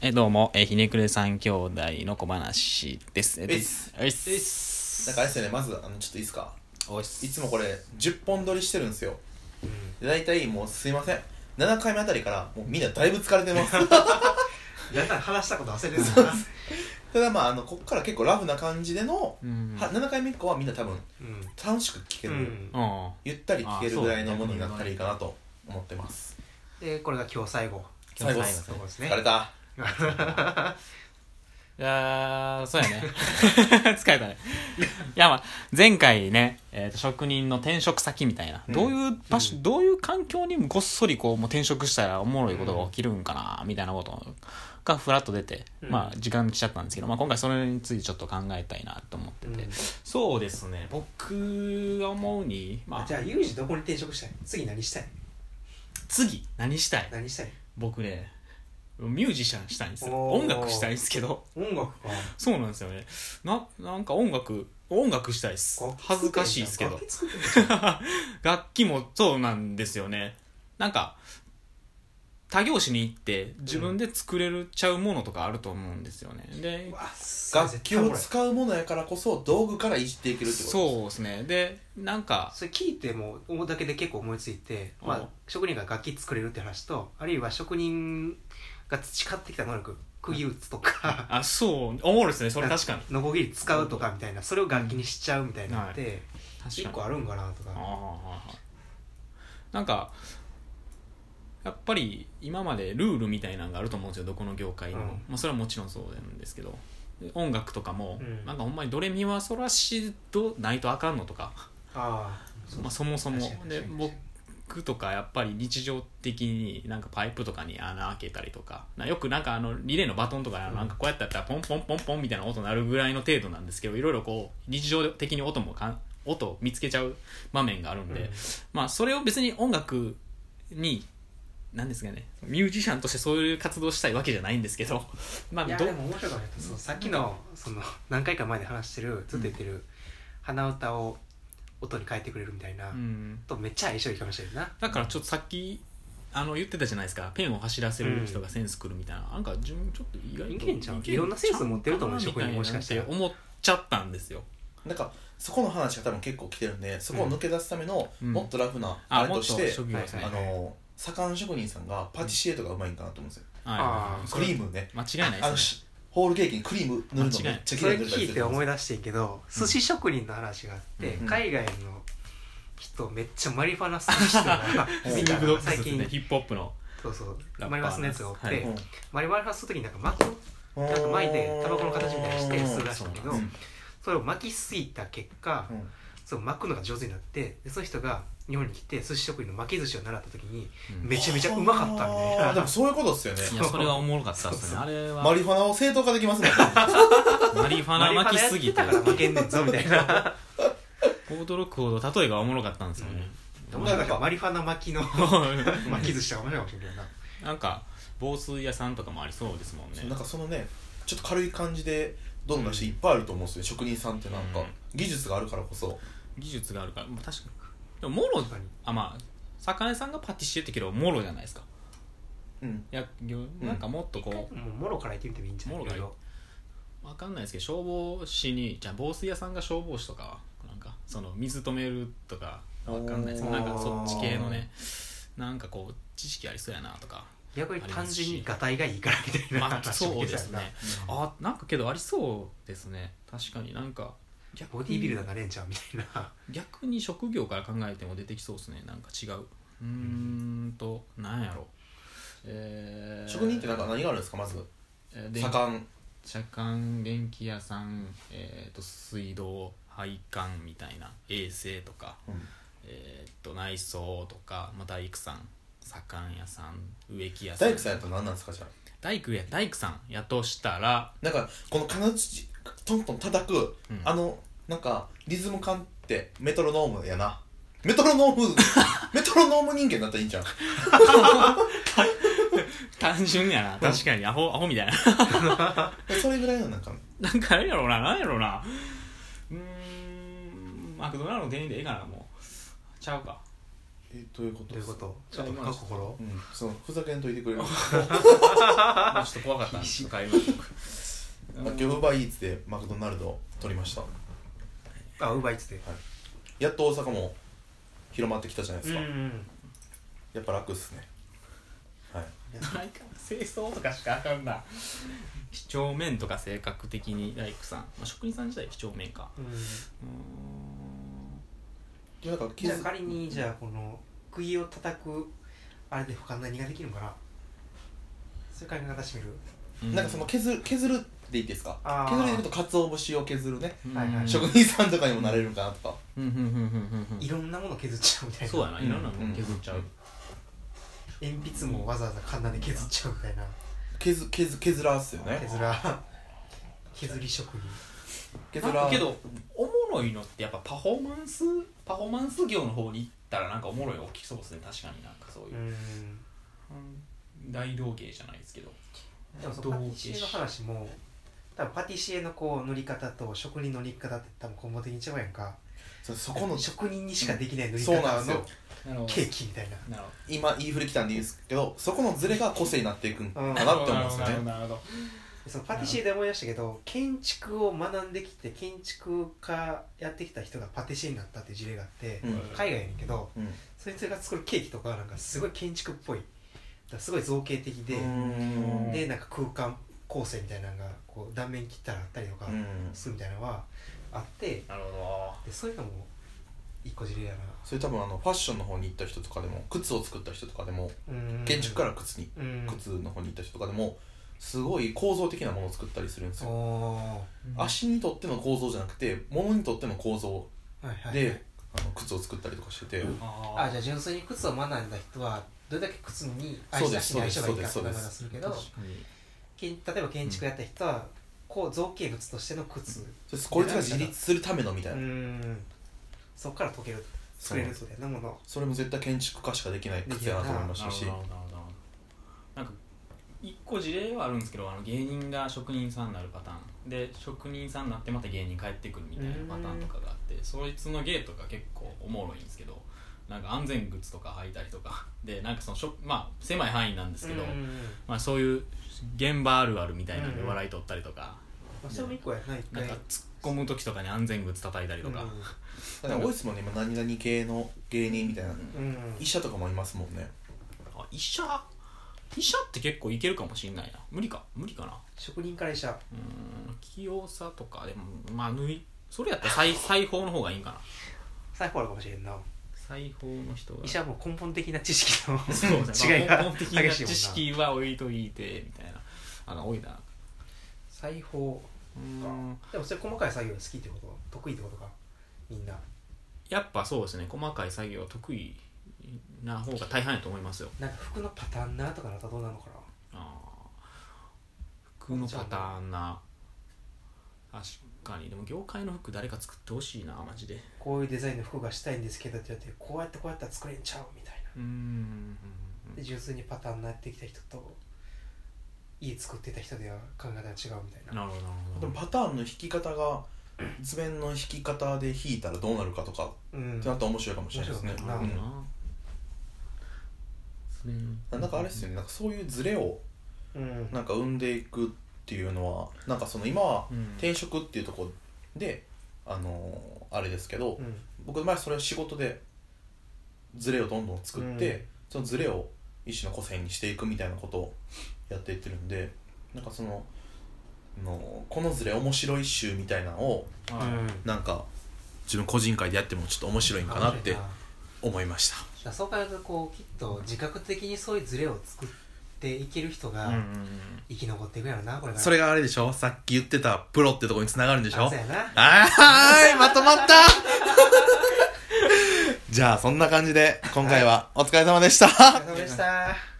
えどうも、えひねくれ三兄弟の小話です。えういっすういっすういっなんかあれですよねまずあのちょっといいですかおいっすいつもこれ10本撮りしてるんですよで大体もうすいません7回目あたりからもうみんなだいぶ疲れて ますだから話したこと忘れてたなただまああのこっから結構ラフな感じでの、うん。は7回目以降はみんな多分うん楽しく聴けうる、んうん。ゆったり聴けるぐらいのものになったらいいかなと思ってますでこれが今日最後そう最ね後っ最すそうですね疲れたいやー、そうやね。 疲れたね。いや、まあ、前回ね、えーと職人の転職先みたいな、うんどういう場所、うんどういう環境にもごっそりこう、もう転職したらおもろいことが起きるんかな、みたいなことがふらっと出て、うんまあ、時間来ちゃったんですけど、まあ、今回それについてちょっと考えたいなと思ってて。そうですね、僕が思うに、まああじ、ゃあユージどこに転職したい次何したい次、何したい何したい僕ね、ミュージシャンしたいんですよ。おー音楽したいんですけど。音楽かそうなんですよね。な、なんか音楽、音楽したいっす。 恥ずかしいっすけど楽。器作ってんじ 楽器もそうなんですよね。なんか、他業種に行って自分で作れるちゃうものとかあると思うんですよね。ゃんでう、わすごい楽器を使うものやからこそ道具からいじっていけるってことそうですね。で、なんか、それ聞いても思うだけで結構思いついて、まうんあ、職人が楽器作れるって話とあるいは職人が培ってきた能力釘打つとかあ、そう、おもろいですね。それ確かに。 ノコギリ使うとかみたいなそれを楽器にしちゃうみたいになっはて確一かに。個あるんかなとああかはいはいなんかやっぱり今までルールみたいなのがあると思うんですよどこの業界にも、うんまあ、それはもちろんそうなんですけどで音楽とかも、うんなんかほんまに「ドレミはそらしどないとあかんの」とか、ああそうまあ、そもそも確かにで確かに僕とかやっぱり日常的になんかパイプとかに穴開けたりとかなよくなんかあのリレーのバトンとかうんなんかこうやってやったらポンポンポンポンみたいな音鳴るぐらいの程度なんですけどいろいろこう日常的に音もかん音を見つけちゃう場面があるんで、うんまあそれを別に音楽に何ですかねミュージシャンとしてそういう活動したいわけじゃないんですけど まあいやどでも面白かったそうさっきのその何回か前で話してるずっと言ってる、鼻歌を音に変えてくれるみたいな、うん、とめっちゃ相性いいかもしれないなだからちょっとさっきあの言ってたじゃないですかペンを走らせる人がセンスくるみたいな、なんか自分ちょっと意外といけんちゃういろんなセンス持ってると思う職人もしかしたらって思っちゃったんですよなんかそこの話が多分結構来てるんでそこを抜け出すための、うんもっとラフなああれもとっとして、職業ですね、あはいの左官職人さんがパティシエとかうまいんかなと思うんですよあーそクれリームね間違いないあですのねしホールケーキにクリーム塗るの間違いなめいっちゃ綺そ麗に塗れったりす聞いるてんですよ思い出してんけど、寿司職人の話があって、うん海外の人めっちゃマリファナ吸う人がうん見スヌたープドッのグスで最すね近、ヒップホップのそうそうラッパーマリのファナのやつがおって、はいマリファナ吸う時になんか巻くうんなんか巻いてタバコの形みたいにして吸うらしいんだけうどんそれを巻きすぎた結果、うんその巻くのが上手になってでその人が日本に来て寿司職人の巻き寿司を習った時にうんめちゃめちゃうまかったみたあいな、ーでもそういうことですよねいやそれはおもろかったですねそうそうあれはマリファナを正当化で きますもんねマリファナ巻きすぎてマリファナやってたから負けんねんぞみた いな驚くほど例えがおもろかったんですよね、面白かったマリファナ巻きの 巻き寿司とか面白いかもしれんけどななんか防水屋さんとかもありそうですもんねそうなんかそのねちょっと軽い感じでどんな人いっぱいあると思うんですよ、職人さんってなんか、うん技術があるからこそ技術があるからまあ確かにでももろ確かにあまあ坂根さんがパティシエってけどもろじゃないですかうんいやぎょなんかもっと一回こでももろから言ってみてもいいんじゃないもろから色々うわかんないですけど消防士にじゃあ防水屋さんが消防士とかはなんかその水止めるとかわかんないですけどおなーんかそっち系のねなんかこう知識ありそうやなとか逆に単純にがたいがいいからみたいなまあそうですねああなんかけどありそうですね確かになんか逆ボディービルダーなれんちゃうみたいな逆に職業から考えても出てきそうですねなんか違ううーんとなんやろえー、職人ってなんか何があるんですかまずえー電左官車間電気屋さん、えー、と水道配管みたいな衛生とか、うんえー、と内装とか、まあ、大工さん左官屋さん植木屋さん大工さんやったら何なんですかじゃあ大工や大工さんやとしたらなんかこの金槌トントン叩く、うんあのなんかリズム感ってメトロノームやなメトロノームメトロノーム人間だったらいいんじゃん単純やな確かにアホアホみたいなそれぐらいのなんか なんかあれやろうななんやろうなうーんマクドナルドの店員でええかなもうちゃうかえどういうことどういうことちょっと深く心うん、そのふざけんといてくれるまあちょっと怖かったんでちょっと帰りましょうか今日ウーバーイーツでマクドナルド取りましたあウーバーイーツでやっと大阪も広まってきたじゃないでうすか、んうんやっぱ楽っすねはいなんか清掃とかしかあかんな几帳面とか性格的に大工さん、まあ、職人さん自体几帳面かうんうーんでなんか気じゃあづ仮にじゃあこの釘を叩くあれで他何ができるのかなそういう考え方してみるうんなんかその削る削るでいいですかあー削るでいくと鰹節を削るねうんはいはい職人さんとかにもなれるかなとかうんうんうんうんうんいろんなもの削っちゃうみたいなそうやなうんいろんなもん削っちゃう、うん鉛筆もわざわざカンナで削っちゃうみたいな削削削らーっすよね削ら削り職人削なんらかーけどおもろいのってやっぱパフォーマンスパフォーマンス業の方に行ったらなんかおもろいの起きそうですね確かになんかそういうう、ん大道芸じゃないですけどでもそどのうパティシエの話も多分パティシエのこう塗り方と職人の塗り方って多分根本的に違うやんかそそこの職人にしかできない塗りそうなん方ですのよなるほケーキみたいななるほ今言いふれきたんでいいんですけどそこのズレが個性になっていくんかなって思うんですよねなるほどそのパティシエで思い出したけど建築を学んできて建築家やってきた人がパティシエになったっていう事例があって、うん海外やねんけどうんそいつが作るケーキとかはなんかすごい建築っぽいだからすごい造形的で、うんでなんか空間構成みたいなのがこう断面切ったらあったりとかうんするみたいなのはあってなるほでそういうのも一個事例やなそれ多分あのファッションの方に行った人とかでも靴を作った人とかでもうん建築から靴にうん靴の方に行った人とかでもすごい構造的なものを作ったりするんですおよーど足にとっての構造じゃなくて物にとっての構造はいはいであの靴を作ったりとかしててああじゃあ純粋に靴を学んだ人はどれだけ靴に愛そうしでたす人に相性がいいかってそう考えです方するけど確かにけん例えば建築やった人はこう造形物としての靴それこいつが自立するためのみたういな、んそこから溶ける作れるみたいなものそれも絶対建築家しかできない靴やなと思いましたしなるほどなるほどなるほどなんか一個事例はあるんですけどあの芸人が職人さんになるパターンで職人さんになってまた芸人帰ってくるみたいなパターンとかがあってそいつの芸とか結構おもろいんですけどなんか安全靴とか履いたりとかでなんかそのしょまあ狭い範囲なんですけど、うんまあ、そういう現場あるあるみたいなんでうん笑い取ったりとか、まあそれも一個やないなんか突っ込む時とかに安全靴叩いたりとか、だから多いですもんね今何々系の芸人みたいなうんうん医者とかもいますもんねあ医者医者って結構いけるかもしんないな無理か無理かな職人から医者うーん器用さとかでもまあ縫いそれやったら 裁裁縫の方がいいんかな最高あるかもしれんな裁縫の人が 医者はもう根本的な知識の そうですね違いがまあ根本的な激しいもんな知識は置いといてみたいなあの多いな裁縫うーんでもそれ細かい作業が好きってこと得意ってことかみんなやっぱそうですね細かい作業は得意な方が大半やと思いますよなんか服のパターンなとかなったらどうなのかなあー服のパターンな確かにでも業界の服誰か作ってほしいなマジでこういうデザインの服がしたいんですけどって言ってこうやってこうやったら作れんちゃうみたいなうーんで純粋にパターンになってきた人と家作ってた人では考え方が違うみたいななるほどなでるもほパターンの引き方が図面の引き方で引いたらどうなるかとかうんってなったら面白いかもしれないですね面ど白いななるほどなそれうんなんかあれですよねなんかそういうズレをうんなんか生んでいくっていうのはなんかその今はうん転職っていうところであのーあれですけどうん僕前それは仕事でズレをどんどん作って、うんそのズレを一種の個性にしていくみたいなことをやっていってるんでなんかそののこのズレ面白い集みたいなのをはいなんか自分個人会でやってもちょっと面白いんかなって面白いな思いましただからそう考えるとこうきっと自覚的にそういうズレを作っていける人うんうんが生き残っていくやろなこれからそれがあれでしょさっき言ってたプロってとこにつながるんでしあょそうやなあーいまとま ったじゃあそんな感じで今回はお疲れ様でしたお疲れ様でした